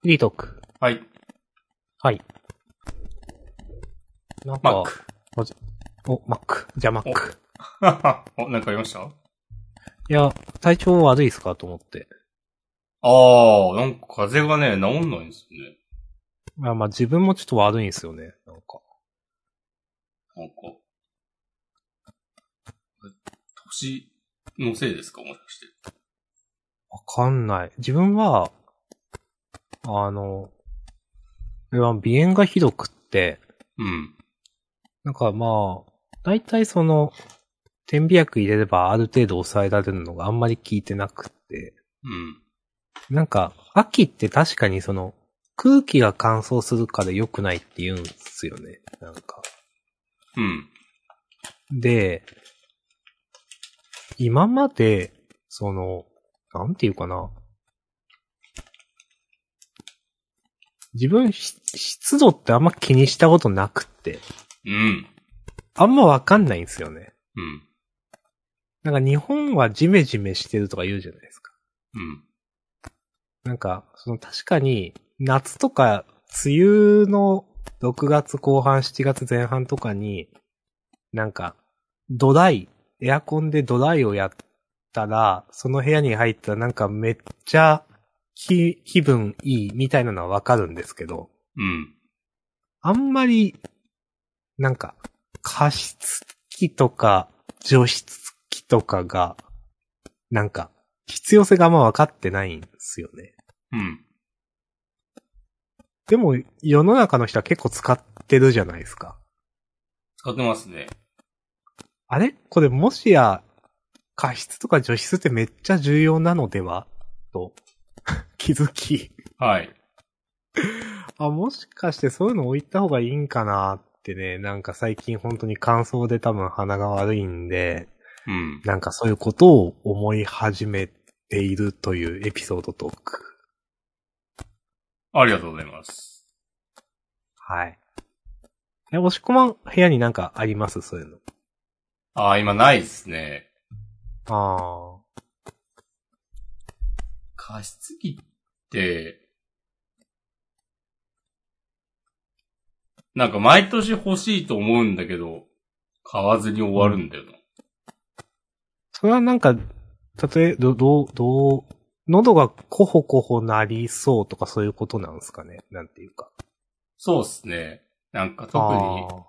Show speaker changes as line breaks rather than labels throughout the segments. フリートーク。
はい。
はい。なんか、
マック。
お、マック。じゃあマック。
お、なんかありました
いや、体調悪いっすかと思って。
ああ、なんか風邪がね、治んないんですよね。
まあまあ自分もちょっと悪いんですよね。なんか。
なんか。年のせいですかもしかして。
わかんない。自分は、あの、これは鼻炎がひどくって、
うん。
なんかまあ、大体その、点鼻薬入れればある程度抑えられるのがあんまり効いてなくって、
うん。
なんか、秋って確かにその、空気が乾燥するから良くないって言うんですよね。なんか。
うん。
で、今まで、その、なんていうかな。自分、し湿度ってあんま気にしたことなくって、
うん。
あんまわかんないんですよね。
うん。
なんか日本はジメジメしてるとか言うじゃないですか。
うん。
なんか、その確かに、夏とか、梅雨の6月後半、7月前半とかに、なんか、ドライ、エアコンでドライをやったら、その部屋に入ったらなんかめっちゃ気、気分いいみたいなのはわかるんですけど、
うん。
あんまり、なんか、加湿器とか、除湿器とかが、なんか、必要性があんま分かってないんですよね。
うん。
でも、世の中の人は結構使ってるじゃないですか。
使ってますね。
あれこれもしや、加湿とか除湿ってめっちゃ重要なのではと、 気づき。
はい。
あ、もしかしてそういうの置いた方がいいんかなってね、なんか最近本当に乾燥で多分鼻が悪いんで、
うん。
なんかそういうことを思い始めているというエピソードトーク。
ありがとうございます。
はい。え、押し込まん部屋になんかありますそういうの。
ああ、今ないですね。
あ
加湿器って、なんか毎年欲しいと思うんだけど、買わずに終わるんだよな。
ー。それはなんか、例え、ど、どう、どう、喉がコホコホなりそうとかそういうことなんですかねなんていうか。
そうっすね。なんか特
あ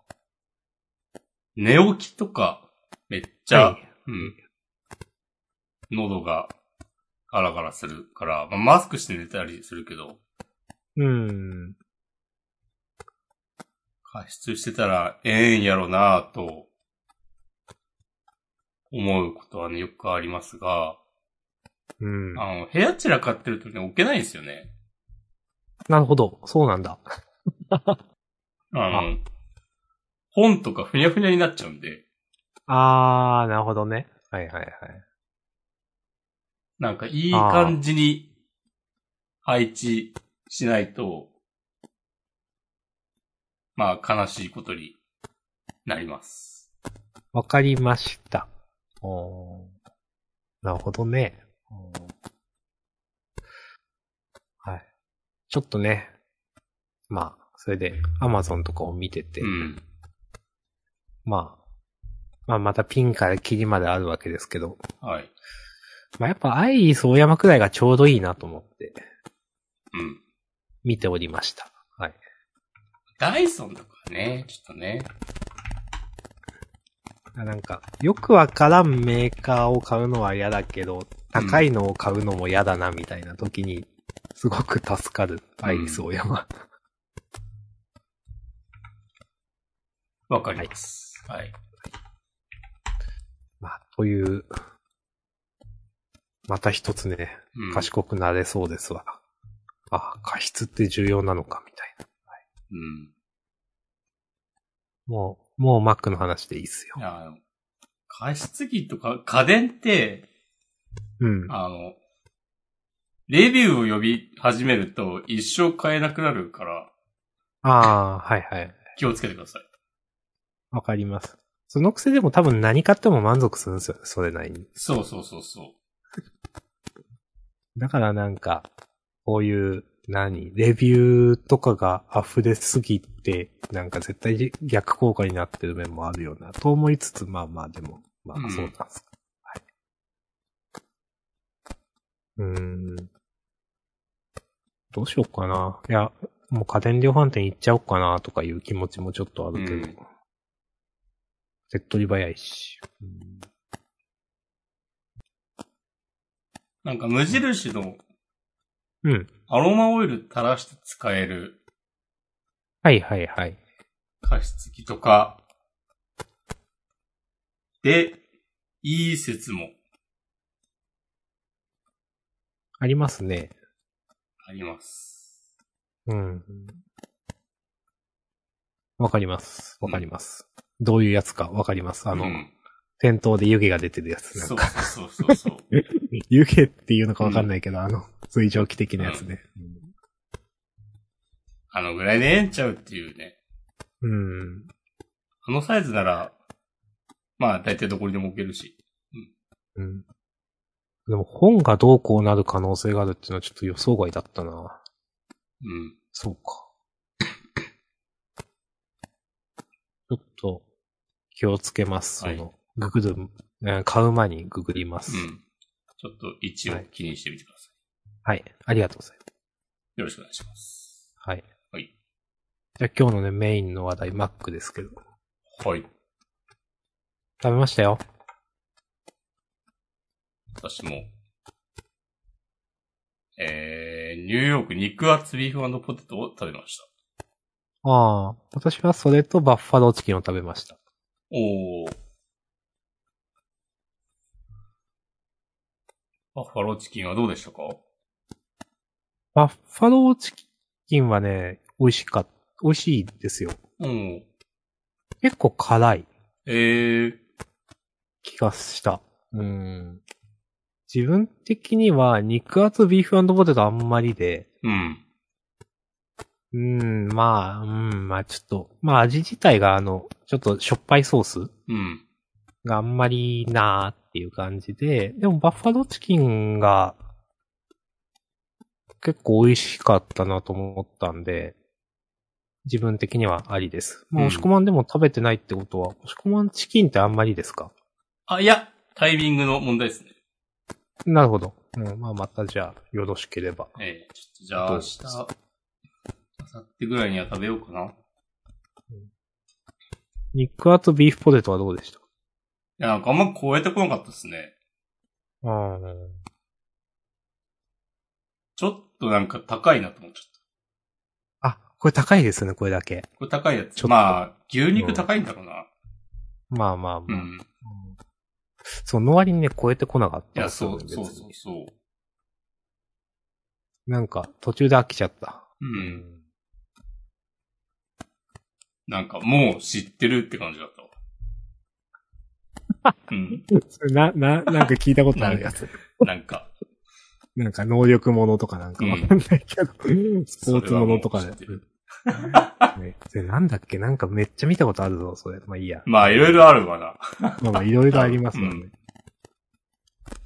に、
ー
寝起きとか、めっちゃ、
はい
うん。喉が、ガラガラするから、まあ、マスクして寝たりするけど、
うん。
加湿してたら、ええんやろなぁと、思うことはね、よくありますが、
うん。
あの、部屋散らかってるとね、置けないんですよね。
なるほど。そうなんだ。
あの、本とかふにゃふにゃになっちゃうんで、
あー、なるほどね。はいはいはい。
なんかいい感じに配置しないと、まあ悲しいことになります。
わかりました。おーなるほどね。おーはい。ちょっとね。まあ、それで、アマゾンとかを見てて、
うん。
まあ、まあまたピンからキリまであるわけですけど、
はい。
まあやっぱアイリス大山くらいがちょうどいいなと思って
うん。
見ておりました。はい。
ダイソンとかね、ちょっとね。
なんか、よくわからんメーカーを買うのは嫌だけど、高いのを買うのも嫌だなみたいな時に、すごく助かる、アイリスオーヤマ。
わかります。はい。
まあ、という、また一つね、
うん。
賢くなれそうですわ。あ、過失って重要なのか、みたいな。
うん。
もう、もうマックの話でいいっすよ
い。や、あの、加湿器とか家電って、
うん。
あの、レビューを呼び始めると一生買えなくなるから
ああー、はいはい。
気をつけてください。
わかります。そのくせでも多分何買っても満足するんですよね、それなりに。
そうそうそうそう。
だからなんか、こういう何レビューとかが溢れすぎて、なんか絶対逆効果になってる面もあるような、と思いつつ、まあまあでも、ま
う
あ
ん
そうなんですか。はい。うーん。どうしようかな。いや、もう家電量販店行っちゃおうかなとかいう気持ちもちょっとあるけど。
うん
手っ取り早いし。うん
なんか無印の
うん。
アロマオイル垂らして使える
はいはいはい。
加湿器とか、で、いい説も
ありますね。
あります。
うん。わかります。わかります。どういうやつかわかります。あの、
うん、
店頭で湯気が出てるやつ。なん
そう
か、
そうそうそう。
湯気っていうのかわかんないけど、あの、水蒸気的なやつね。
あのぐらいでええんちゃうっていうね。
うん。
あのサイズなら、まあ大体どこにでも置けるし。
うん。でも本がどうこうなる可能性があるっていうのはちょっと予想外だったな。
うん。
そうか。ちょっと、気をつけます。そ
はい
の、ググる、えー買う前にググりま
う
す。
ん。ちょっと一応気にしてみてください。
はい。ありがとうございます。
よろしくお願いします。
はい。
はい。
じゃあ今日のね、メインの話題、マックですけど。
はい。
食べましたよ。
私も。えー、ニューヨーク肉厚ビーフポテトを食べました。
ああ、私はそれとバッファローチキンを食べました。
おー。バッファローチキンはどうでしたか
バッファローチキンはね、美味しかっ、美味しいですよ。
うん。
結構辛い
えー、
気がした。うん。自分的には肉厚ビーフポテトあんまりで、
うん。
うん、まあ、うん、まあちょっと、まあ味自体があの、ちょっとしょっぱいソース
うん。
があんまりいいなーっていう感じで、でもバッファローチキンが結構美味しかったなと思ったんで、自分的にはありです。もう
うん
押し込まんでも食べてないってことは、押し込まんチキンってあんまりですか
あ、いや、タイミングの問題ですね。
なるほど。うん、まあまたじゃあ、よろしければ。
えー、ちょっとじゃあ
ど
明
う
日、明後日ぐらいには食べようかな。い
肉厚ビーフポテトはどうでした
や、なんかあんま超えてこなかったですね。
うん。
ちょっとなんか高いなと思っちゃっ
あ、これ高いですね、これだけ。
た。これ高いや
ちょっ
つ。
と
まあ、牛肉高いんだろうな。
まあまあま
う
あ。
ん。
その割にね、超えてこなかっ
い
た
や、
ですよ
そ
ね
う、そう
別
そう
に
そう。
なんか、途中で飽きちゃった。
うん。なんかもう知ってるって感じだったわ。 うん。
それな、な、なんか聞いたことあるやつ。
なんか。
なんか能力ものとかなんかわかんない けど、スポーツものとか
それ
で
はもう知ってる。
ねそれなんだっけなんかめっちゃ見たことあるぞ、それ。まあいいや。
まあ、いろいろあるわな。
まあまあいろいろありますもんね。
う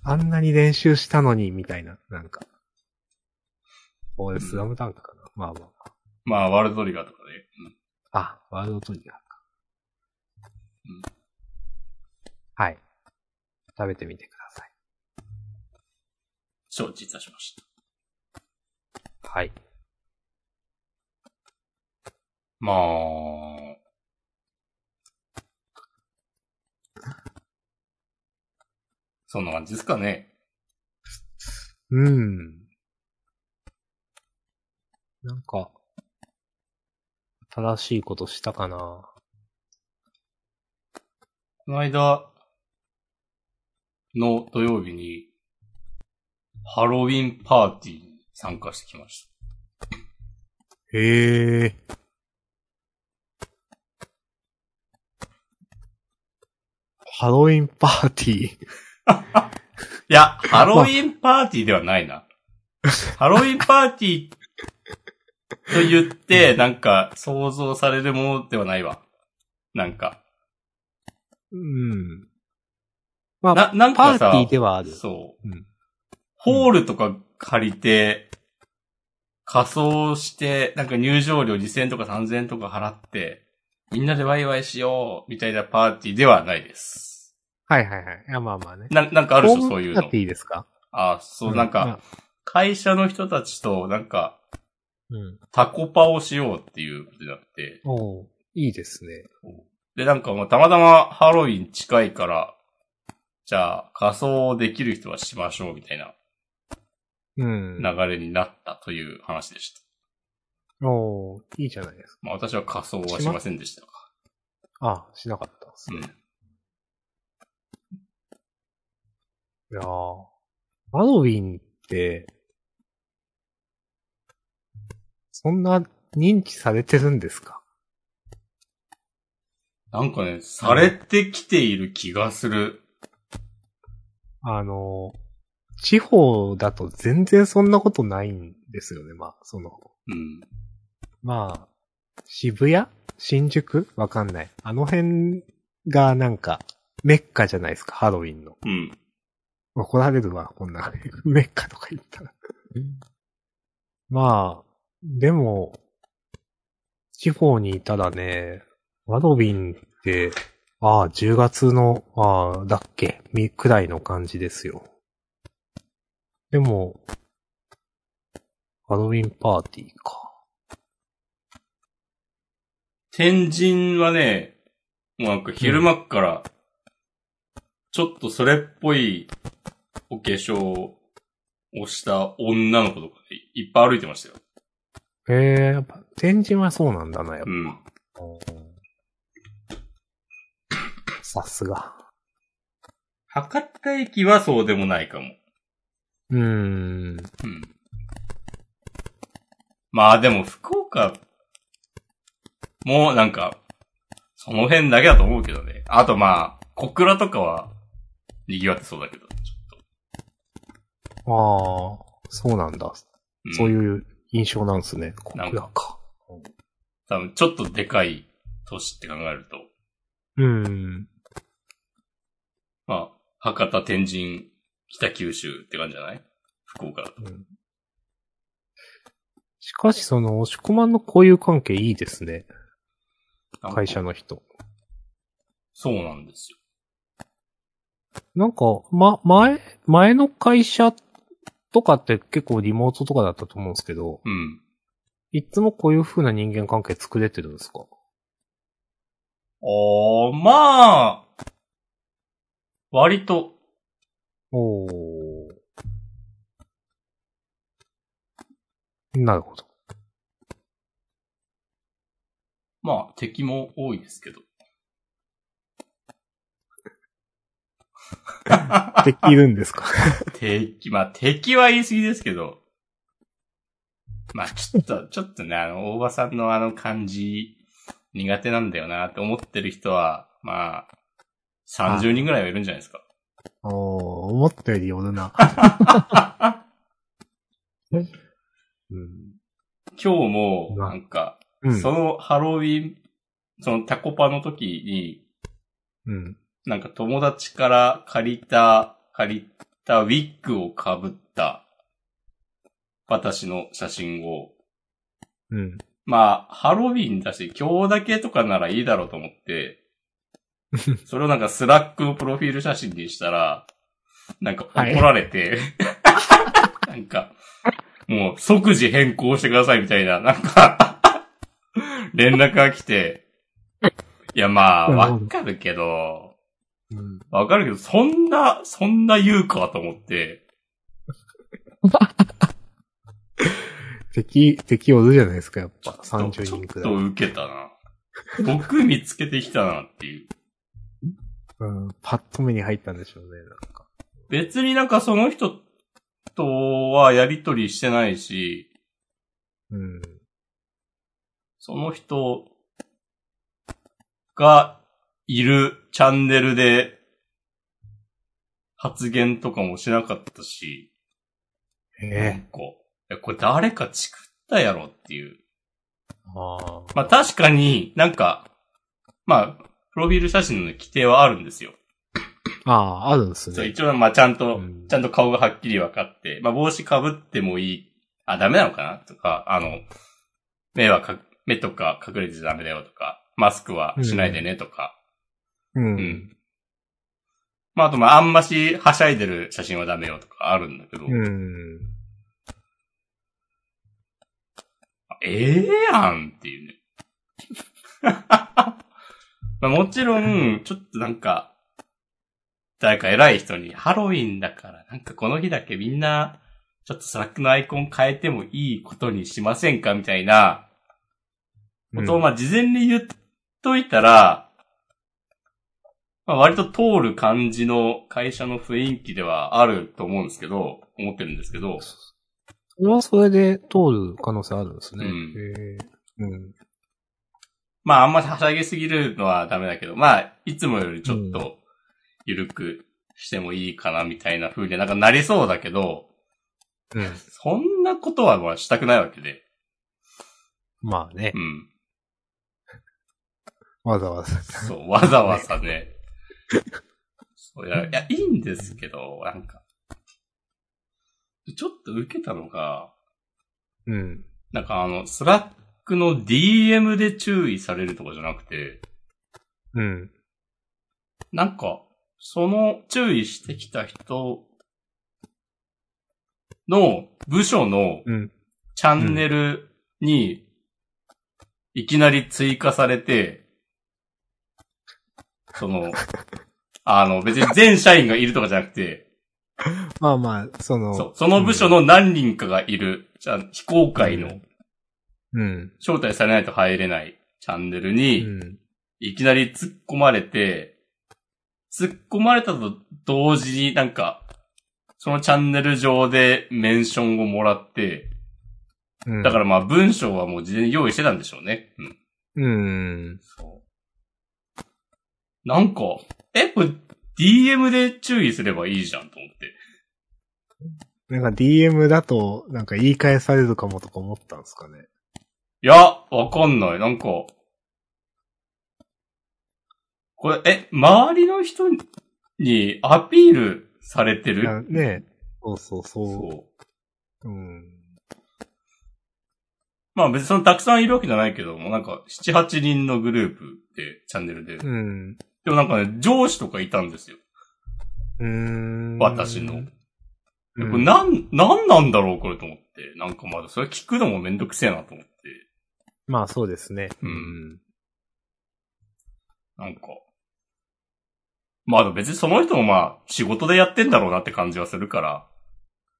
あんなに練習したのに、みたいな、なんか。これスラムダンクかな、まあまあ。
まあ、ワールドトリガーとかね。
あ、ワールドトリガーか。
うん
はい。食べてみてください。
承知いたしました。
はい。
まあ、そんな感じですかね。
うん。なんか、正しいことしたかな
この間の土曜日に、ハロウィンパーティーに参加してきました。
へえ。ハロウィンパーティー。
いや、ハロウィンパーティーではな いな。ハロウィンパーティーと言って、なんか想像されるものではないわ。なんか。
うん。まあ、
な、なん
パ
か
ーテ
さ、
ィーではある。
そう、
うん
ホールとか借りて、仮装して、なんか入場料2000円とか3000円とか払って、みんなでワイワイしよう、みたいなパーティーではないです。
はいはいはい。いや、まあまあね。
な、なんかあ
あ
るでしょ、そういうの
っ。ていいですか
あ、そう、なんか、、会社の人たちと、なんか、
うん。うん。
タコパをしようっていうことになって、
おういいですね。
で、なんかもうたまたまハロウィン近いから、じゃあ仮装できる人はしましょうみたいな
うん。
流れになったという話でした。
おういいじゃないですか。
まあ私は仮装はしませんでしたが。
あ、しなかったです
うん
ね。。いやーハロウィンって、そんな認知されてるんですか
なんかね、されてきている気がする。
あの、地方だと全然そんなことないんですよね。まあ、その、
うん。
まあ、渋谷新宿わかんない。あの辺がなんか、メッカじゃないですか、ハロウィンの。
うん。
怒られるわ、こんな。 メッカとか言ったら。まあ、でも、地方にいたらね、ハロウィンって、ああ、10月の、ああ、だっけ、み、くらいの感じですよ。でも、ハロウィンパーティーか。
天神はね、もうなんか昼間っから、ちょっとそれっぽいお化粧をした女の子とかでいっぱい歩いてましたよ。
へえやっぱ、天神はそうなんだな、やっぱ。
うん。
さすが。
博多駅はそうでもないかも。
うーん。
うん。まあでも福岡もなんか、その辺だけだと思うけどね。あとまあ、小倉とかは賑わってそうだけど。
ああ、そうなんだ。
うん
そういう印象なんですね。小倉か。
多分ちょっとでかい都市って考えると、
うん。
まあ、博多、天神、北九州って感じじゃない福岡だと。
うんしかし、その、押し込まんの交友関係いいですね。
なんか
会社の人。
そうなんですよ。
なんか、ま、前、前の会社とかって結構リモートとかだったと思うんですけど、
うん。
いつもこういう風な人間関係作れてるんですか
おー、まあ、割と、
おー。なるほど。
まあ、敵も多いです けど。
できるんですか
敵、まあ、敵は言い過ぎですけど。まあ、ちょっと、ちょっとね、あの、大場さんのあの感じ、苦手なんだよなって思ってる人は、まあ、30人ぐらいはいるんじゃないで すか。
おー、思ったよりおるな。うん。
今日も、
うわ
なんか、
うん
そのハロウィン、そのタコパの時に、
うん。
なんか友達から借りた、借りたウィッグをかぶった、私の写真を、
うん。
まあ、ハロウィンだし、今日だけとかならいいだろうと思って、それをなんかスラックのプロフィール写真にしたら、なんか怒られて、 なんか、もう即時変更してくださいみたいな、なんか、連絡が来て、いやまあ、わかるけど、
うん。
わかるけど、そんな、そんな言うかと思って、
敵、敵おるじゃないですか、やっぱ。30
ちょっ
人くら
と
い。
受けたな。僕見つけてきたなっていう。
うん。パッと目に入ったんでしょうね、なんか。
別になんかその人とはやりとりしてないし、
うん。
その人がいるチャンネルで発言とかもしなかったし、なん
ええ。
かいやこれ誰かチクったやろっていう。
ああ。
まあ確かになんか、まあ、プロフィール写真の規定はあるんですよ。
ああ、あるんです
そう、
ね。
一応まあちゃんと、
うん
ちゃんと顔がはっきり分かって、まあ帽子被ってもいいあ、ダメなのかなとか、あの、目はか、目とか隠れてダメだよとか、マスクはしないでねとか、
う
うん。
ん。
まあ、あと、まあ、あんまし、はしゃいでる写真はダメよとかあるんだけど、
うん。
ええやんっていうね。 まあもちろん、ちょっとなんか、誰か偉い人にハロウィンだから、なんかこの日だけみんな、ちょっとスラックのアイコン変えてもいいことにしませんかみたいなことを、まあ事前に言っといたら、まあ割と通る感じの会社の雰囲気ではあると思うんですけど、思ってるんですけど、
それはそれで通る可能性あるんですね。
うん
へえうん。
まあ、あんまはしゃぎすぎるのはダメだけど、まあ、いつもよりちょっ
う
と、ゆるくしてもいいかな、みたいな風になんかなりそうだけど、
うん。
そんなことはまあしたくないわけで。
まあね
う、ん。
わざわざ。
そう、わざわざね。 そういや、いや、いいんですけど、なんか。ちょっと受けたのが、
うん。
なんかあの、スラックの DM で注意されるとかじゃなくて、
うん。
なんか、その注意してきた人の部署の
うん。
チャンネルにいきなり追加されて、そ の、あの別に全社員がいるとかじゃなくて、
まあまあ、その、
そうその部署の何人かがいる、じゃあ非公開の
うん。
招待されないと入れないチャンネル
う
に、
ん。
いきなり突っ込まれて、突っ込まれたと同時になんか、そのチャンネル上でメンションをもらって、
うん。、
だかららまあ文章はもう事前に用意してたんでしょうね。うん。
うん。
そう。なんか、え、これ DM で注意すればいいじゃんと思って。
なんか DM だと、なんか言い返されるかもとか思ったんですかね。
いや、わかんない。なんか、これ、え、周りの人にアピールされて
いや
る
ねそうそうそ
そう。
う。うん。
まあ別にそのたくさんいるわけじゃないけども、なんか7、8人のグループで、チャンネルで。
うん。
でもなんかね、上司とかいたんですよ。
うーん。
私の。
う
で
ん。
これなん、なんなんだろうこれと思って。なんかまだそれ聞くのもめんどくせえなと思って。
まあそうですね。
うん。なんか。まあでも別にその人もまあ仕事でやってんだろうなって感じはするから、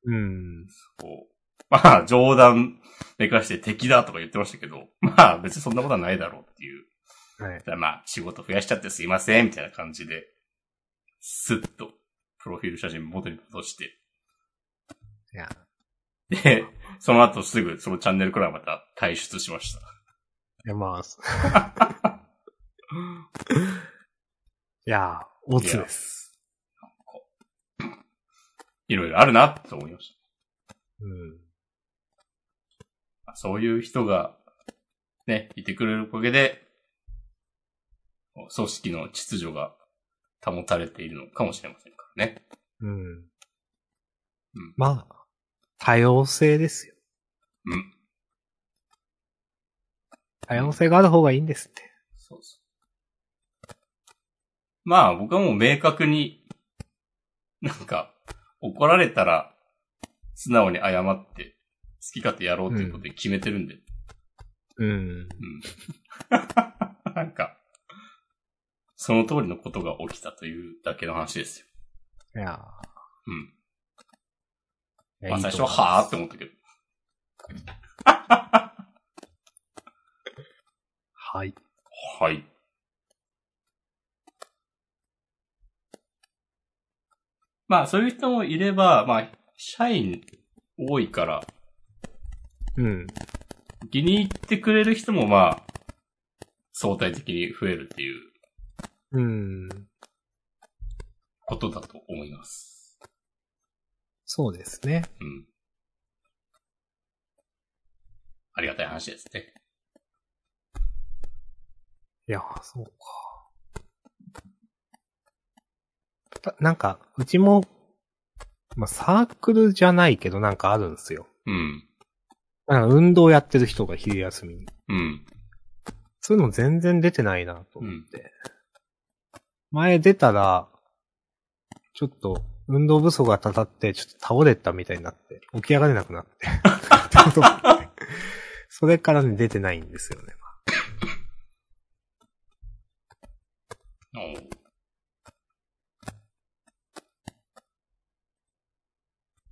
うん。
こう。まあ冗談めかして敵だとか言ってましたけど、まあ別にそんなことはないだろうっていう。
はい。
だからまあ、仕事増やしちゃってすいません、みたいな感じで、スッと、プロフィール写真元に戻して、
いや、
で、その後すぐ、そのチャンネルからまた退出しました。
いやまあ。す いやー、オツです。
いろいろあるな、と思いまし
うん。
た。そういう人が、ね、いてくれるおかげで、組織の秩序が保たれているのかもしれませんからね。
うん。
うん
まあ、多様性ですよ。
うん。
多様性がある方がいいんですって。
そうそう。まあ僕はもう明確に、なんか、怒られたら、素直に謝って、好き勝手やろうということで決めてるんで。 うん。
うん。
なんか、その通りのことが起きたというだけの話ですよ。
いや
うん。
ー。いや
まあ
いい
最
と
初
思いま
は、
す
はぁって思ったけど。
はい。
はい。まあ、そういう人もいれば、まあ、社員多いから、
うん。
気に入ってくれる人もまあ、相対的に増えるっていう
うん。
ことだと思います。
そうですね。
うん。ありがたい話ですね。
いやー、そうか。たなんか、うちも、まあ、サークルじゃないけどなんかあるんですよ。
うん。
なんか運動やってる人が昼休みに。
うん。
そういうの全然出てないなと。
うん。
前出たら、ちょっと運動不足がたたって、ちょっと倒れたみたいになって、起き上がれなくなって。 ってことがそれからね、出てないんですよね。
おう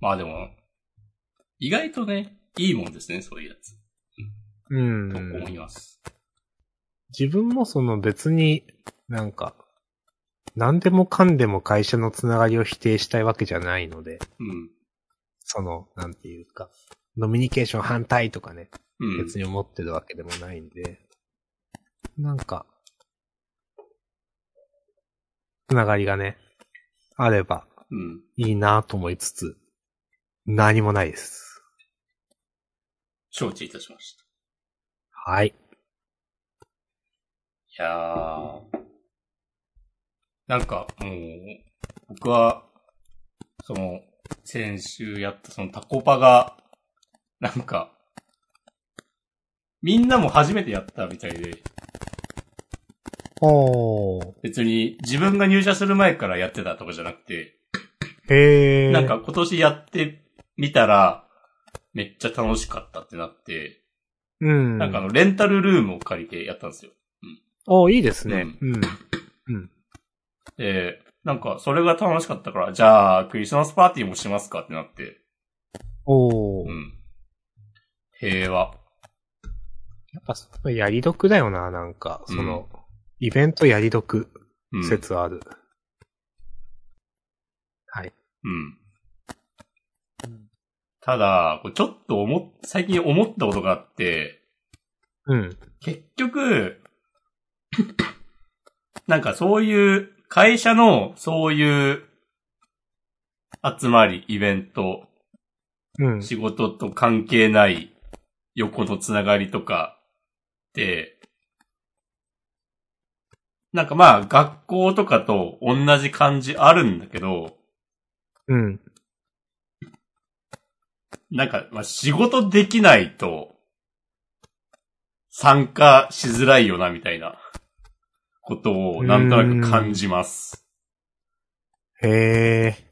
まあでも、意外とね、いいもんですね、そういうやつ。
う
と思い
ん。
ます。
自分もその別になんか、何でもかんでも会社のつながりを否定したいわけじゃないので、
うん。
その、なんていうか、ノミニケーション反対とかね、
うん。
別に思ってるわけでもないんで、なんか、つながりがね、あれば
うん。
いいなと思いつつ、何もないです。
承知いたしまし
はい。
た。いやー。なんか、もう、僕は、その、先週やったそのタコパが、なんか、みんなも初めてやったみたいで、
おー。
別に自分が入社する前からやってたとかじゃなくて、
へー。
なんか今年やってみたら、めっちゃ楽しかったってなって、
うん。
なんかあの、レンタルルームを借りてやったんですよ。
おー、いいですね。うん。
で、なんか、それが楽しかったから、じゃあ、クリスマスパーティーもしますかってなって。
お
う
ー。
ん。平和。
やっぱ、そのやり得だよな、なんか、その、イベントやり得
うん。
説ある。はい。
うん。ただ、これちょっと思っ、最近思ったことがあって、
うん。
結局、 なんかそういう、会社のそういう集まり、イベント、
うん。
仕事と関係ない横のつながりとかって、なんかまあ学校とかと同じ感じあるんだけど、
うん。
なんかまあ仕事できないと参加しづらいよなみたいなことをなんとなく感じます。
へえ。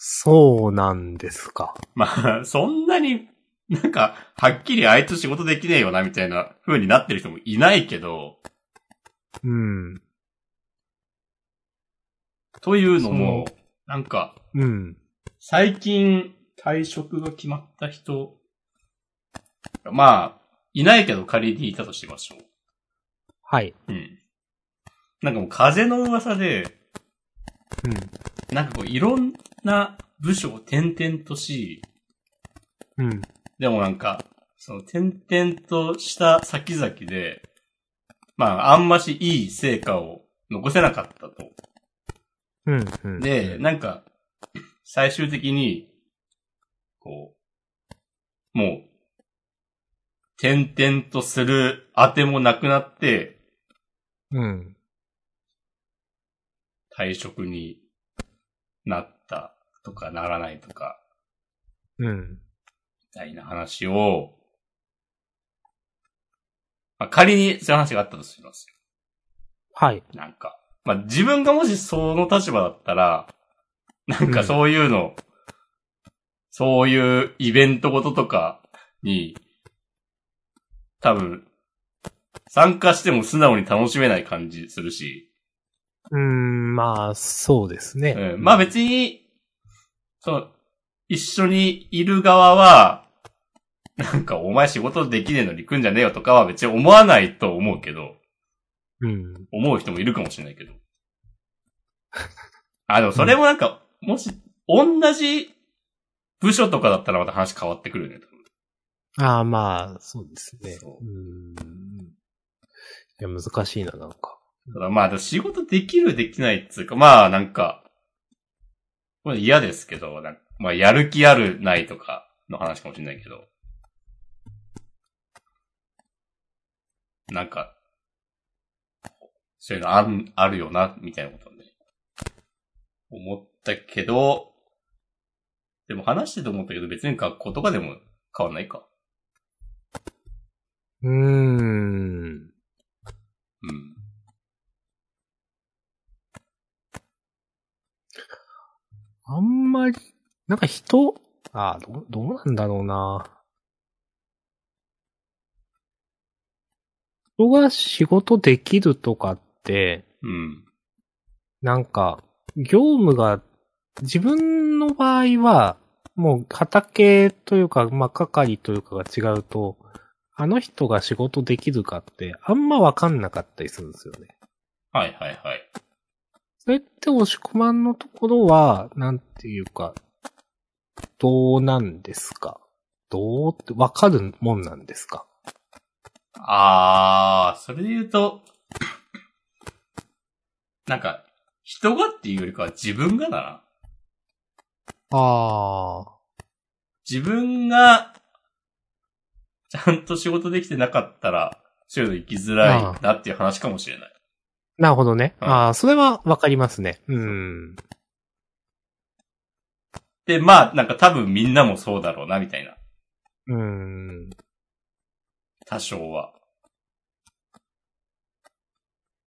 そうなんですか。
まあ、そんなに、なんか、はっきりあいつ仕事できねえよな、みたいな風になってる人もいないけど、
うん。
というのも
そ、
なんか、
うん。
最近退職が決まった人、まあ、いないけど仮にいたとしましょ
はい。
う。うん。なんかもう風の噂で、
うん。
なんかこういろんな部署を転々とし、
うん。
でもなんか、その転々とした先々で、まああんましいい成果を残せなかったと。
うん。うん。
で、なんか、最終的に、こう、もう、点々とする当てもなくなって、
うん。
退職になったとかならないとか、
うん。
みたいな話を、まあ、仮にそういう話があったとします
はい。
よ。なんか。まあ、自分がもしその立場だったら、なんかそういうの、そういうイベントごととかに、多分、参加しても素直に楽しめない感じするし、
うーん、まあ、そうですね。
うん、まあ別に、その、一緒にいる側は、なんかお前仕事できねえのに行くんじゃねえよとかは別に思わないと思うけど、
うん。
思う人もいるかもしれない けど。あ、でもそれもなんか、もし、同じ部署とかだったらまた話変わってくるよね。
ああ、まあ、そうですね。
そう
うーん。いや、難しいな、なんか。
ただまあ、でも仕事できるできないっつうか、まあなんか、これ嫌ですけど、なんかまあやる気あるないとかの話かもしれないけど。なんか、そういうのあんあるよな、みたいなことね。思ったけど、でも話してて思ったけど別に学校とかでも変わんないか。
うーん。
うん。
あんまり、なんか人、ああ、どう、どうなんだろうな。人が仕事できるとかって、
うん。
なんか、業務が、自分の場合は、もう畑というか、まあ、係というかが違うと、あの人が仕事できるかって、あんまわかんなかったりするんですよね。
はいはいはい。
それって押し込まんのところは、なんていうか、どうなんですかどうって、わかるもんなんですか
あー、それで言うと、なんか、人がっていうよりかは自分がだな。
ああ。
自分が、ちゃんと仕事できてなかったら、そういうの行きづらいなっていう話かもしれない。
なるほどね。
うん
ああ、それはわかりますね。うん。
で、まあ、なんか多分みんなもそうだろうな、みたいな。
うん。
多少は。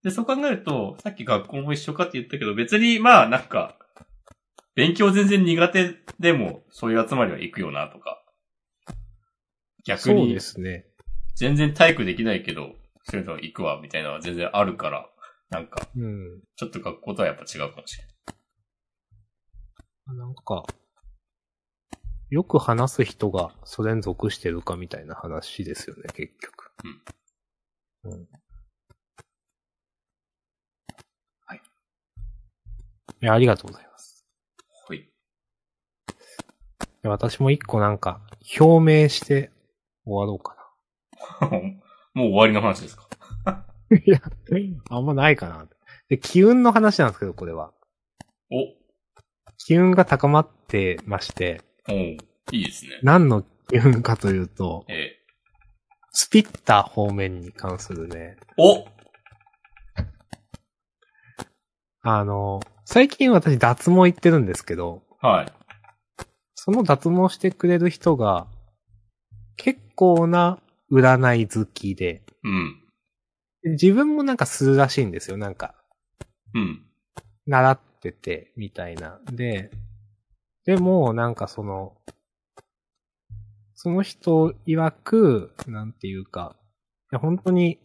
で、そう考えると、さっき学校も一緒かって言ったけど、別に、まあ、なんか、勉強全然苦手でも、そういう集まりは行くよな、とか。逆
そう
に
で、すね。
全然体育できないけど、そういうのは行くわ、みたいなのは全然あるから、なんか、
うん。
ちょっと学校とはやっぱ違うかもしれない。
なんか、よく話す人がそれに属してるかみたいな話ですよね、結局。うん。はい。いや、ありがとうございます。
ほい。
で私も一個なんか、表明して終わろうか
もう終わりの話ですか
な。 いや、あんまないかな。で、機運の話なんですけど、これは。
お、
機運が高まってまして、
おういいですね。
何の機運かというと、
え
スピッター方面に関するね、
ーお
あの、最近私脱毛行ってるんですけど、
はい。
その脱毛してくれる人が、結構な占い好きで、
うん。
自分もなんかするらしいんですよ、なんか。
うん。
習ってて、みたいな。で、でも、なんかその、その人曰く、なんていうか、いや、本当に、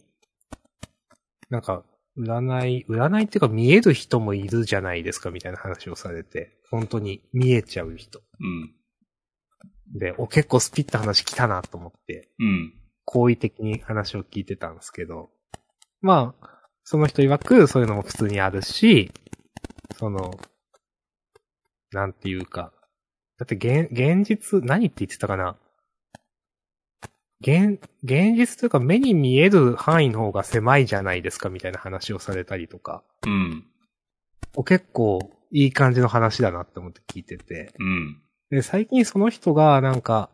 なんか、占い、占いっていうか見える人もいるじゃないですか、みたいな話をされて、本当に見えちゃう人。
うん。
で、お、結構スピった話来たなと思って、
うん。
好意的に話を聞いてたんですけど、まあ、その人曰くそういうのも普通にあるし、その、なんていうか、だって現、現実、何って言ってたかな現、現実というか目に見える範囲の方が狭いじゃないですかみたいな話をされたりとか、
うん。
お結構いい感じの話だなって思って聞いてて、
うん。
で、最近その人が、なんか、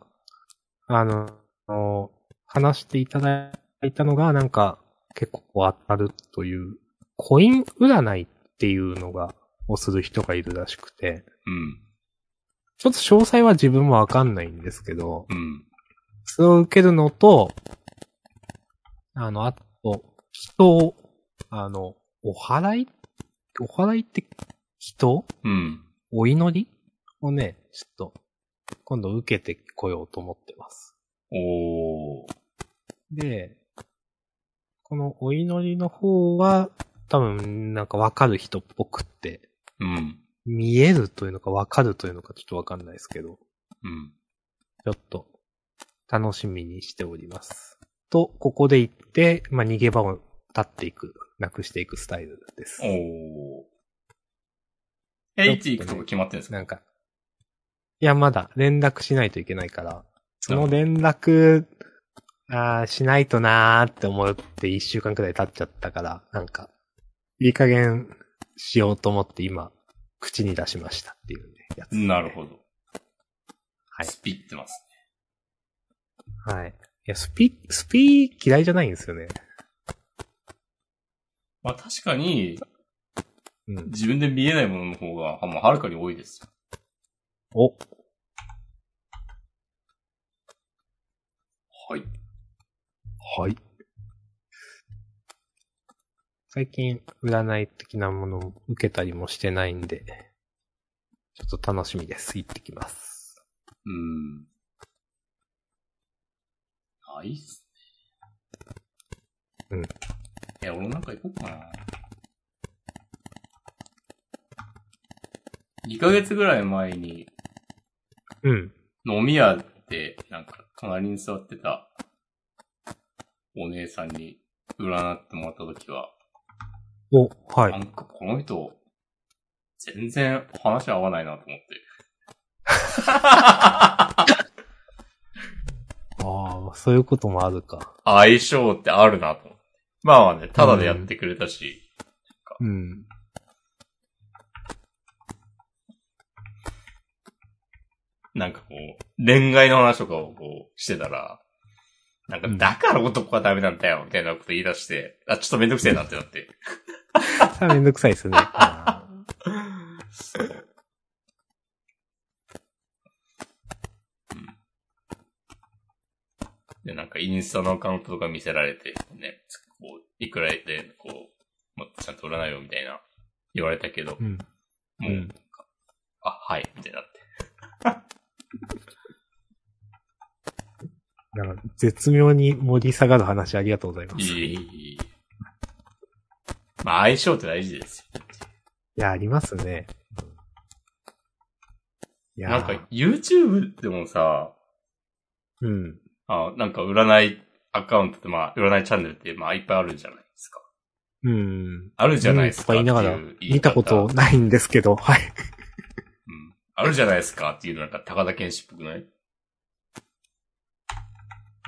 あの、あの話していただいたのが、なんか、結構当たるという、コイン占いっていうのが、をする人がいるらしくて、
うん。
ちょっと詳細は自分もわかんないんですけど、
うん。
それを受けるのと、あの、あと、人を、あの、お祓いお祓いって人
うん。
お祈りをね、ちょっと、今度受けてこようと思ってます。
おー。
で、このお祈りの方は、多分、なんかわかる人っぽくって、
うん。
見えるというのかわかるというのかちょっとわかんないですけど、
うん。
ちょっと、楽しみにしております。と、ここで行って、まあ、逃げ場を立っていく、なくしていくスタイルです。
おー。え、いつ行くとか決まってるんですか
なんか、いや、まだ連絡しないといけないから、その連絡、あーしないとなーって思って一週間くらい経っちゃったから、なんか、いい加減しようと思って今、口に出しましたっていうね、やつ、
なるほど。
はい
スピってます。
ど。はい。いや、スピ、スピ嫌いじゃないんですよね。
まあ確かに、
うん。
自分で見えないものの方が、まあはるかに多いですよ。
お。
はい。
はい。最近、占い的なものを受けたりもしてないんで、ちょっと楽しみです。行ってきます。
うん。あ、いいっす
う
ね。
ん
いや、俺もなんか行こうかな。2ヶ月ぐらい前に、
うん。
飲み屋で、なんか、隣に座ってた、お姉さんに、占ってもらった時は、
お、は。
ないんかこの人、全然話合わないな と思って。
ああ、そういうこともあるか。
相性ってあるなと思って。まあまあね、ただでやってくれたし、
うん。
なんかこう、恋愛の話とかをこう、してたら、なんか、
うん
だから男はダメなんだよ、みたいなこと言い出して、あ、ちょっとめんどくせえなってなって。
さあめんどくさいです ね。あー
で、なんかインスタのアカウントとか見せられて、ね、こう、いくらで、こう、もっとちゃんと占いよ、みたいな、言われたけど、
うん。
もう、
うん
あ、はい、みたいになって。
なんか絶妙に盛り下がる話ありがとうございます。
いい、いい、いい。まあ、相性って大事ですよ。
いや、ありますね。いやー
なんか、、YouTube でもさ、
うん。
あなんか占いアカウントって、まあ、占いチャンネルって、まあ、いっぱいあるじゃないですか。
うん。
あるじゃないですか。
うんとか言いながら
ってう言い
見たこ
方
とないんですけど、 はい。
うんあるじゃないですかっていうのなんか高田健志っぽくない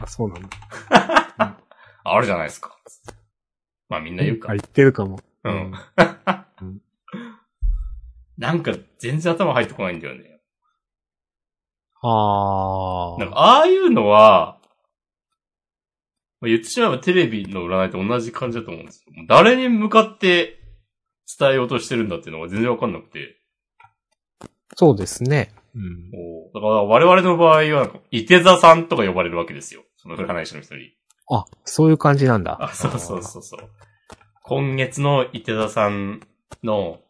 あ、そうなの。
あるじゃないですか。まあみんな言うか
あ、。言ってるかも。
うん
うん。
なんか全然頭入ってこないんだよね。
あ
なんか
ー。
ああいうのは、まあ言ってしまえばテレビの占いと同じ感じだと思うんですよ。もう誰に向かって伝えようとしてるんだっていうのが全然わかんなくて。
そうですね。うん。
おーだから我々の場合はなんか、いて座さんとか呼ばれるわけですよ。その占い師の人に。
あ、そういう感じなんだ。
あ、そうそうそうそう。今月の伊手田さんの、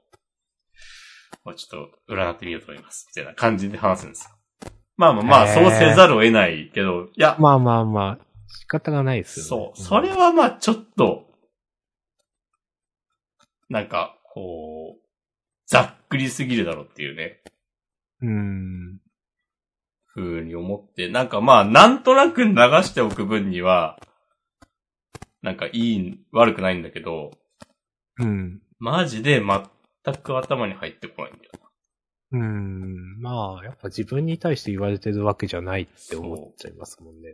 まあちょっと占ってみようと思います。みたいな感じで話すんですよ。まあまあまあ、
へー
そうせざるを得ないけど、いや
あー。、まあまあまあ、仕方がないですよね。
そう。それはまあちょっと、なんか、こう、ざっくりすぎるだろうっていうね、
うん。
ふうに思って、なんかまあ、なんとなく流しておく分には、なんかいい、悪くないんだけど、
うん。
マジで全く頭に入ってこないんだよ。
うん。まあ、やっぱ自分に対して言われてるわけじゃないって思っちゃいますもんね。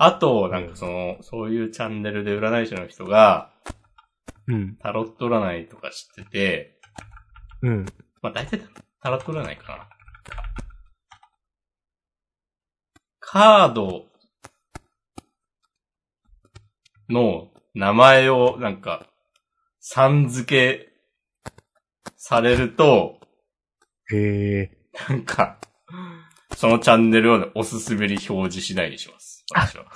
あと、なんかその、そういうチャンネルで占い師の人が、
うん。
タロット占いとか知ってて、
うん。
まあ大体タロット占いかな。カードの名前をなんか、さん付けされると、
へえ。
なんか、そのチャンネルをね、おすすめに表示しないにします。私は。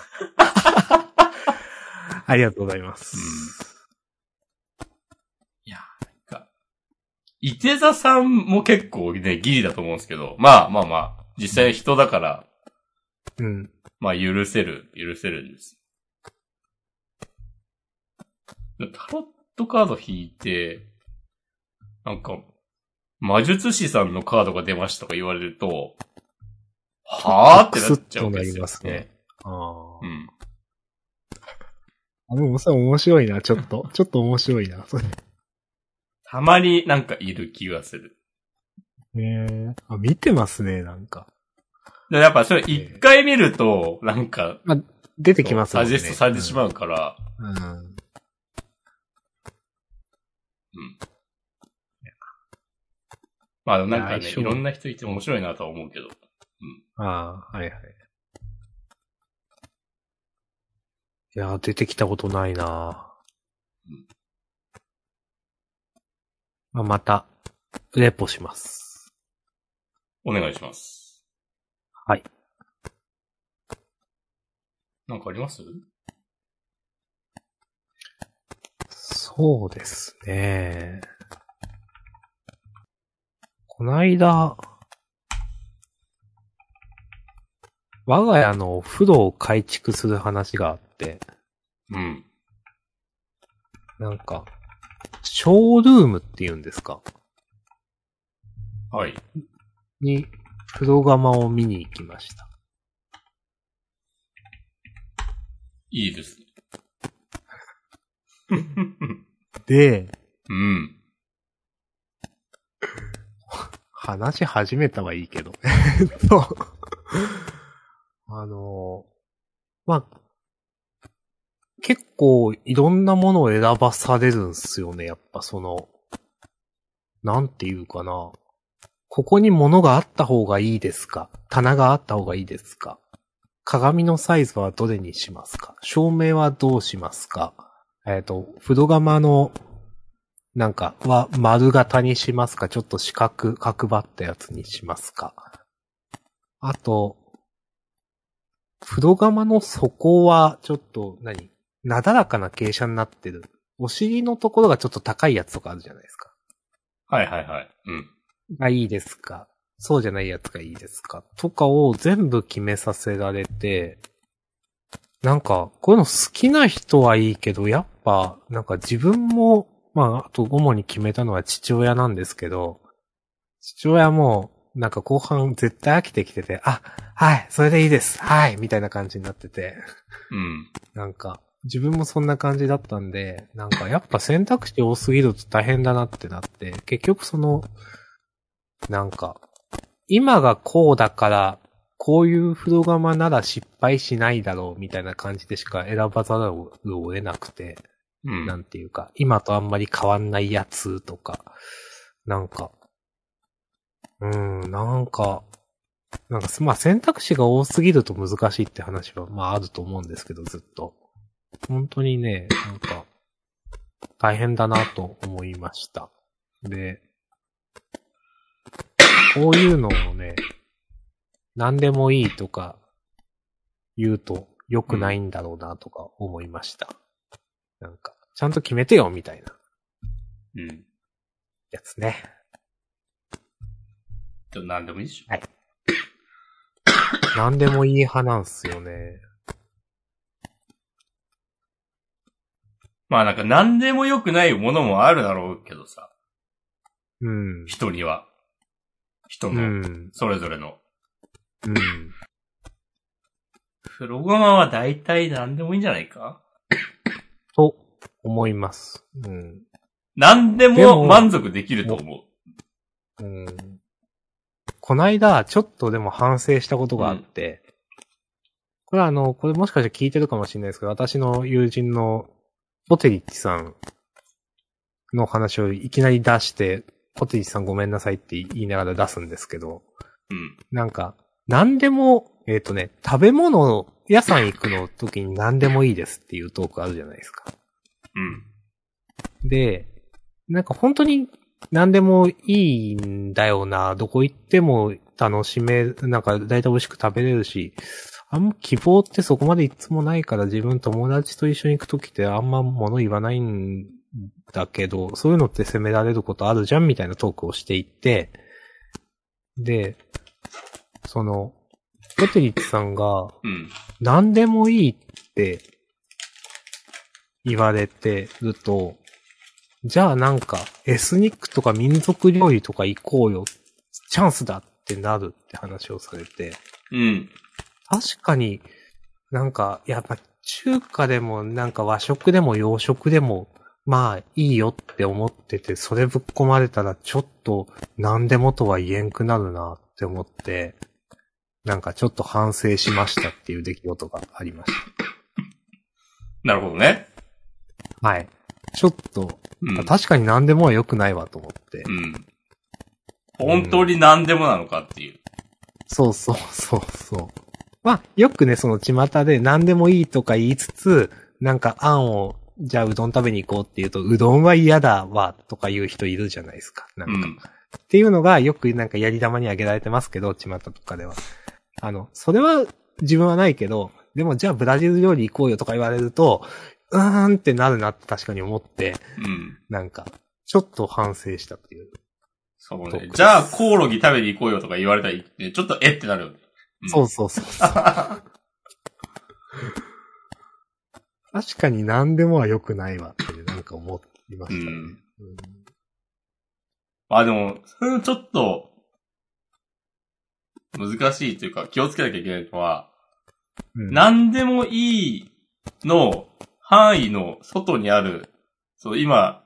ありがとうございます。
いやー、なんか、伊手座さんも結構ね、ギリだと思うんですけど、まあまあまあ、実際人だから、
うん。
まあ許せる、許せるんです。タロットカード引いて、なんか、魔術師さんのカードが出ましたとか言われると、はぁってなっちゃうんですよ、
クスッとなりますね。あ
う
ー
ん。
あ。でもそれ面白いな、ちょっ と。ちょっと面白いな、それ。
たまになんかいる気がする。
へえ。あ、見てますね、なんか。
で、やっぱそれ一回見ると、なんか、
出てきますもん
サジ
ね。
ェストされてしまうから、
うん。うん。
まあでもなんかね、
相性
いろんな人いて面白いなとは思うけど。
ああ、はいはい。いやー、出てきたことないな
うん
まあ、また、レポします。
お願いします。
はい。
なんかあります
そうですね。こないだ、我が家のお風呂を改築する話があって、
うん。
なんか、ショールームって言うんですか
はい。
に、風呂釜を見に行きました。
いいですね。
で、
うん。
話し始めたはいい けど。えっと、あの、まあ、結構いろんなものを選ばされるんすよね。やっぱその、なんていうかな。ここに物があった方がいいですか棚があった方がいいですか鏡のサイズはどれにしますか照明はどうしますかえっ、と、風呂釜のなんか、は、丸型にしますかちょっと四角、角張ったやつにしますかあと、風呂釜の底は、ちょっと何、なだらかな傾斜になってる。お尻のところがちょっと高いやつとかあるじゃないですか。
はいはいはい。うん。
がいいですかそうじゃないやつがいいですかとかを全部決めさせられて、なんか、こういうの好きな人はいいけど、やっぱ、なんか自分も、まあ、あと主に決めたのは父親なんですけど、父親も、なんか後半絶対飽きてきてて、あ、はい、それでいいです、はい、みたいな感じになってて、
うん。
なんか、自分もそんな感じだったんで、なんかやっぱ選択肢多すぎると大変だなってなって、結局その、なんか、今がこうだから、こういう風呂釜なら失敗しないだろうみたいな感じでしか選ばざるを得なくて、
うん。
なんていうか、今とあんまり変わんないやつとか、なんか、うーん、なんか、なんかす、まあ選択肢が多すぎると難しいって話は、まああると思うんですけど、ずっと。本当にね、なんか、大変だなと思いました。で、こういうのをね、何でもいいとか言うと良くないんだろうなとか思いました。なんか、ちゃんと決めてよみたいな
うん。
やつね。
でも何でもいいでしょ。
何でもいい派なんすよね。
まあなんか何でも良くないものもあるだろうけどさ。
うん。
人には。人
う
の、
ん。
それぞれの。
うん。
プログマは大体何でもいいんじゃないか
と、思います。うん。
何で
で
も
も
満足できると思
うん。こないだ、ちょっとでも反省したことがあって、これはあの、これもしかして聞いてるかもしれないですけど、私の友人のポテリッチさんの話をいきなり出して、ポテリッチさんごめんなさいって言いながら出すんですけど、
う。うん。
なんか、何でも、えっ、とね、食べ物、屋さん行くの時に何でもいいですっていうトークあるじゃないですか。
うん。
で、なんか本当に何でもいいんだよな。どこ行っても楽しめ、なんか大体美味しく食べれるし、あんま希望ってそこまでいつもないから自分友達と一緒に行くときってあんま物言わないんだけど、そういうのって責められることあるじゃんみたいなトークをしていて、で、その、ポテリッチさんが、
うん。
何でもいいって言われてると、じゃあなんかエスニックとか民族料理とか行こうよ、チャンスだってなるって話をされて、
うん。
確かになんかやっぱ中華でもなんか和食でも洋食でもまあいいよって思ってて、それぶっ込まれたらちょっと何でもとは言えんくなるなって思って、なんかちょっと反省しましたっていう出来事がありました。
なるほどね。
はい。ちょっと、
うん。
確かに何でもは良くないわと思って。
うん。本当に何でもなのかっていう。
そうそうそうそう。まあ、よくね、その巷で何でもいいとか言いつつ、なんかあんを、じゃあうどん食べに行こうって言うと、うどんは嫌だわ、とか言う人いるじゃないですか。なん
う
か、
ん。
っていうのがよくなんかやり玉に挙げられてますけど、巷とかでは。あの、それは自分はないけど、でもじゃあブラジル料理行こうよとか言われると、うーんってなるなって確かに思って、
うん。
なんか、ちょっと反省したっていう。
そう
そう
ね。じゃあ、コオロギ食べに行こうよとか言われたら、ねちょっとえってなるよね。うん
そうそうそう そう。確かに何でもは良くないわっていう、なんか思いましたね。
うん
うん
まあでも、それもちょっと、難しいというか、気をつけなきゃいけないのは、
うん
何でもいいの範囲の外にある、そう、今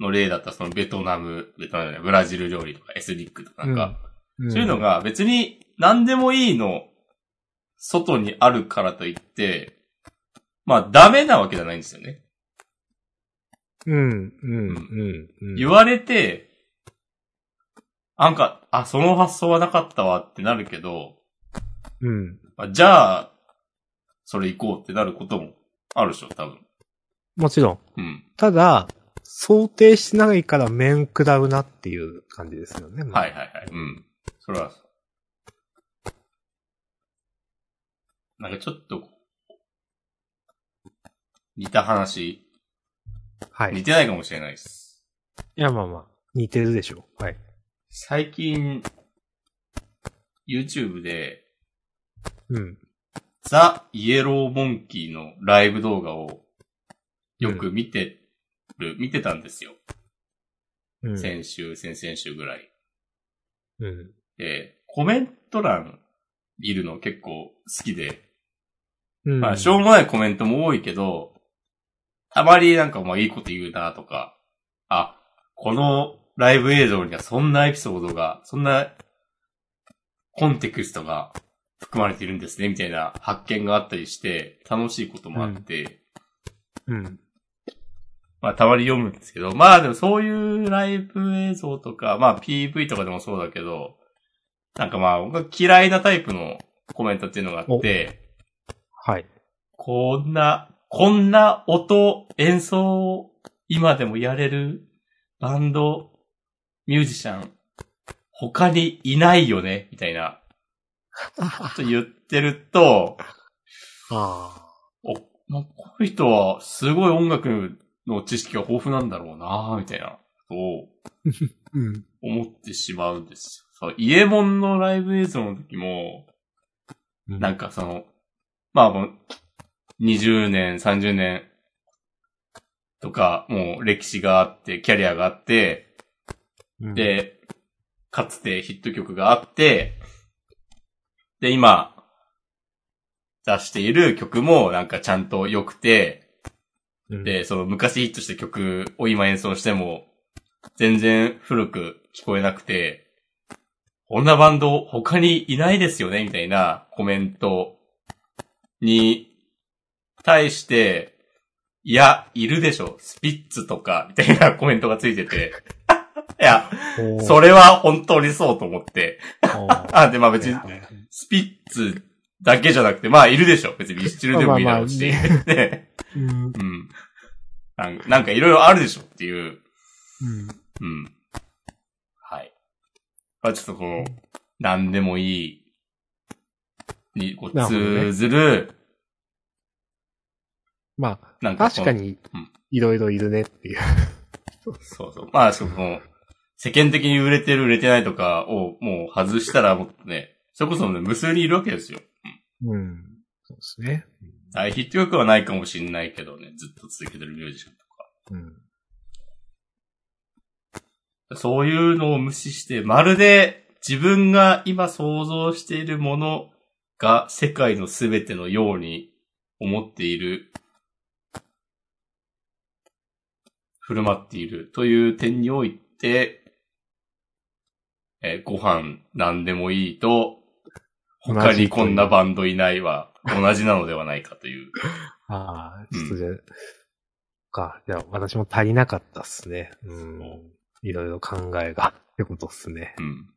の例だったらそのベトナム、ベトナムじゃないブラジル料理とかエスニックとかなんか、そういうの、が別に何でもいいの外にあるからといって、まあダメなわけじゃないんですよね。
うん、うん、うん、うん。
言われて、なんか、あ、その発想はなかったわってなるけど、
うん。
まあじゃあ、それ行こうってなることもあるでしょ、多分。
もちろん。
うん。
ただ、想定しないから面食らうなっていう感じですよね。
はいはいはい。うん。それは、なんかちょっと、似た話、
はい。
似
い
てないかもしれないです。
や、まあまあ、似てるでしょう。はい。
最近、YouTube で、
うん。
ザ・イエロー・モンキーのライブ動画をよく見てる、見てたんですよ。
うん。
先週、先々週ぐらい。
うん。
で、コメント欄いるの結構好きで、
うん。
まあ、しょうもないコメントも多いけど、たまになんかまあいいこと言うなとか、あ、このライブ映像にはそんなエピソードが、そんなコンテクストが含まれているんですね、みたいな発見があったりして、楽しいこともあって、
うん。
まあ、たまに読むんですけど、まあでもそういうライブ映像とか、まあ PV とかでもそうだけど、なんかまあ、僕が嫌いなタイプのコメントっていうのがあって、
はい。
こんな、こんな音、演奏を今でもやれるバンド、ミュージシャン、他にいないよね、みたいな、と言ってると、
あ
お、なんかこの人はすごい音楽の知識が豊富なんだろうなみたいなことを
あ。うん。
思ってしまうんですよ。そう、イエモンのライブ映像の時も、なん
か、
かその、まあもう、20年、30年とか、もう歴史があって、キャリアがあって、
うん、
で、かつてヒット曲があって、で、今、出している曲もなんかちゃんと良くて、
うん、
で、その昔ヒットした曲を今演奏しても、全然古く聞こえなくて、こんなバンド他にいないですよねみたいなコメントに対して、いや、いるでしょ。スピッツとか、みたいなコメントがついてて。いや、
おー
それは本当にそうと思って。
おー
あ、で、まあ別に、スピッツだけじゃなくて、まあいるでしょ。別にミスチルでもいいだろうし。
まあ
ね
うん。
うん。なんなんかいろいろあるでしょっていう。
うん。
うん。はい。まあちょっとこの、なんでもいい、に、こう、
なるほどね
通ずる、
まあ、
なんかこ
確
の
か。に
うん、
いろいろいるねっていう。
そうそう。まあその、世間的に売れてる売れてないとかをもう外したらもっとね、それこそね、無数にいるわけですよ。
うん。そうですね。
大ヒット力はないかもしんないけどね、ずっと続けてるミュージシャンと
うん。
か。そういうのを無視して、まるで自分が今想像しているものが世界のすべてのように思っている、振る舞っているという点において、えーご飯何でもいいと、他にこんなバンドいないは同じなのではないかという。
ああ、
うん
ちょっとじゃあ、か、じゃあ私も足りなかったっすね。うん。いろいろ考えが、ってことっすね。
うん。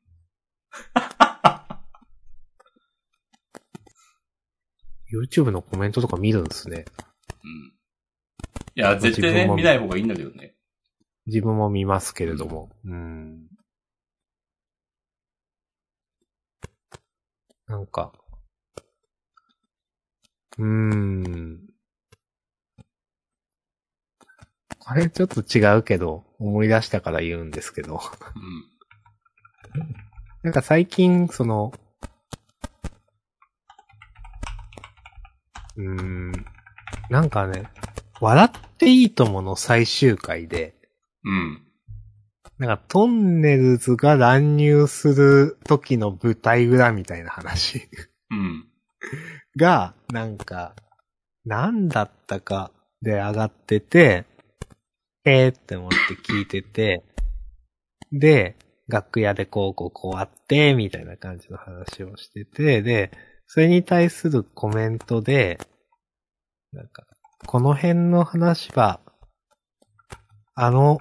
YouTube のコメントとか見るんですね。
うん。いや、絶対
自分
ね、
も
見ない方がいいんだけどね。
自分も見ますけれども。うん。なんか、うーん。これちょっと違うけど、思い出したから言うんですけど。
うん。
なんか最近、その、うーん、なんかね、笑っていいともの最終回で、
うん。
なんかトンネルズが乱入する時の舞台裏みたいな話
うん。
が、なんか、なんだったかで上がってて、えーって思って聞いてて、で、楽屋でこうこうこうあって、みたいな感じの話をしてて、で、それに対するコメントで、なんか、この辺の話は、あの、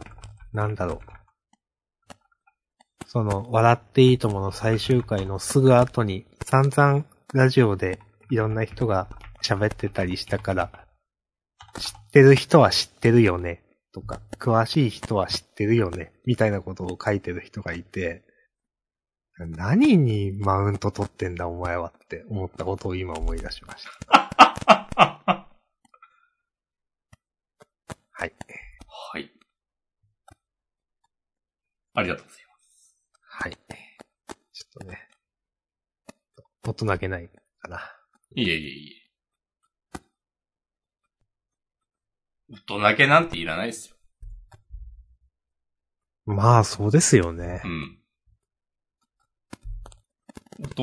なんだろう。その、笑っていいともの最終回のすぐ後に、散々ラジオでいろんな人が喋ってたりしたから、知ってる人は知ってるよね、とか、詳しい人は知ってるよね、みたいなことを書いてる人がいて、何にマウント取ってんだお前はって思ったことを今思い出しました。はい。
はい。ありがとうございま
はい。ちょっとね。大人げないかな。
す。いえいえいえ。大人気なんていらないですよ。
まあ、そうですよね
う。ん。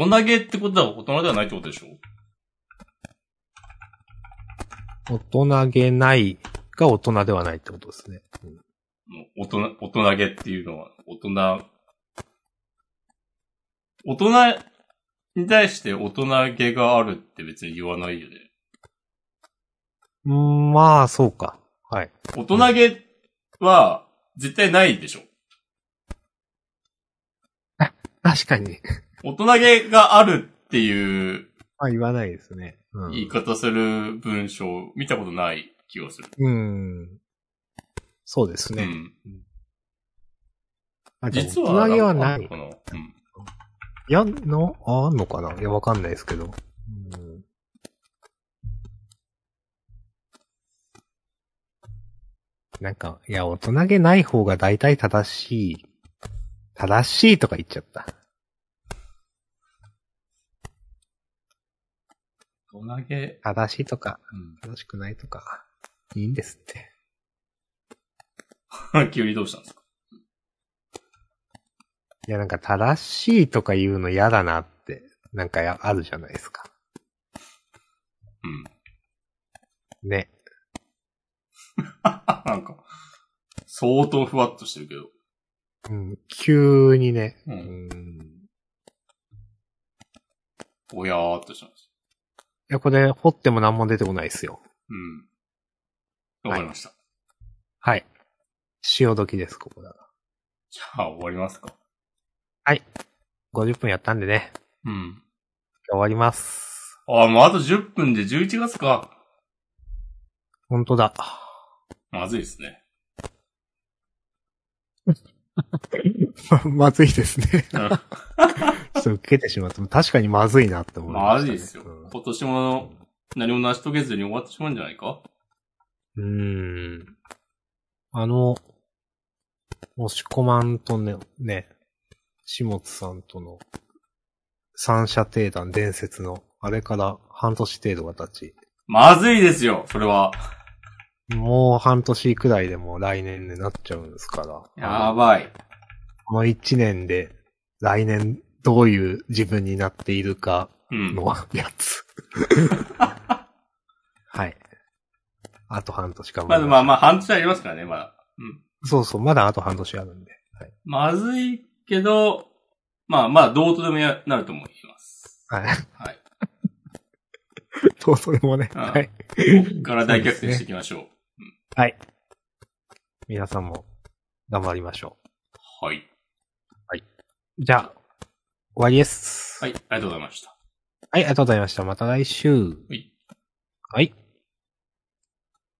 大人気ってことは大人ではないってことでしょ
大人げないが大人ではないってことですね。うん
もう大人、大人げっていうのは、大人、大人に対して大人げがあるって別に言わないよね。
うん、まあ、そうか。はい。
大人げは絶対ないでしょ。
確かに。
大人げがあるっていう
まあ、言わないですね。う
言い
ん。
方する文章見たことない気がする。
うん。そうです
う
ね。
ん。
あじゃあ
実は、
大人げはなんい
か。あるのかなうん。
やんの、ああんのかないや、わかんないですけど。うん。なんか、いや、大人げない方が大体正しい。正しいとか言っちゃった。
大人げ、
正しいとか、
うん
正しくないとか、いいんですって。
急にどうしたんですか
いや、なんか正しいとか言うの嫌だなって、なんかやあるじゃないですか。
うん。
ね。
なんか、相当ふわっとしてるけど。
うん、急にね。
うん
ん。
ぼやーっとしてます。
いや、これ、掘っても何も出てこないですよ。
うん。わかりました。
はい。潮時です、ここだ。
じゃあ、終わりますか。
50分やったんでね。
うん。
終わります。
ああ、もうあと10分で11月か。
ほんとだ。
まずいです ね。
ま、 まずいですね。
うん
ちょっと受けてしまっても、確かにまずいなって思いま
ま
した、ね。
ずいですよ。今年も何も成し遂げずに終わってしまうんじゃないか
うん。うーん。あの、もしこまんとね、ね、しもつさんとの三者定談伝説の、あれから半年程度が経ち、
まずいですよ、それは。
もう半年くらいでもう来年になっちゃうんですから。
やばい。
この一年で来年どういう自分になっているか
うん。
の やつ。はい。あと半年かも。
まだまあまあ、半年ありますからね、まだ。うん。
そうそう、まだあと半年あるんで。はい。
まずいけど、まあまあ、どうとでもやなると思います。
はい。
はい。
ど うそれもね。
うん
はい。
ここから大逆転していきましょう。
はい。皆さんも頑張りましょ
はい。
う。じゃあ、終わりです。
はい、ありがとうございました。
はい、ありがとうございました。また来週。
い
はい。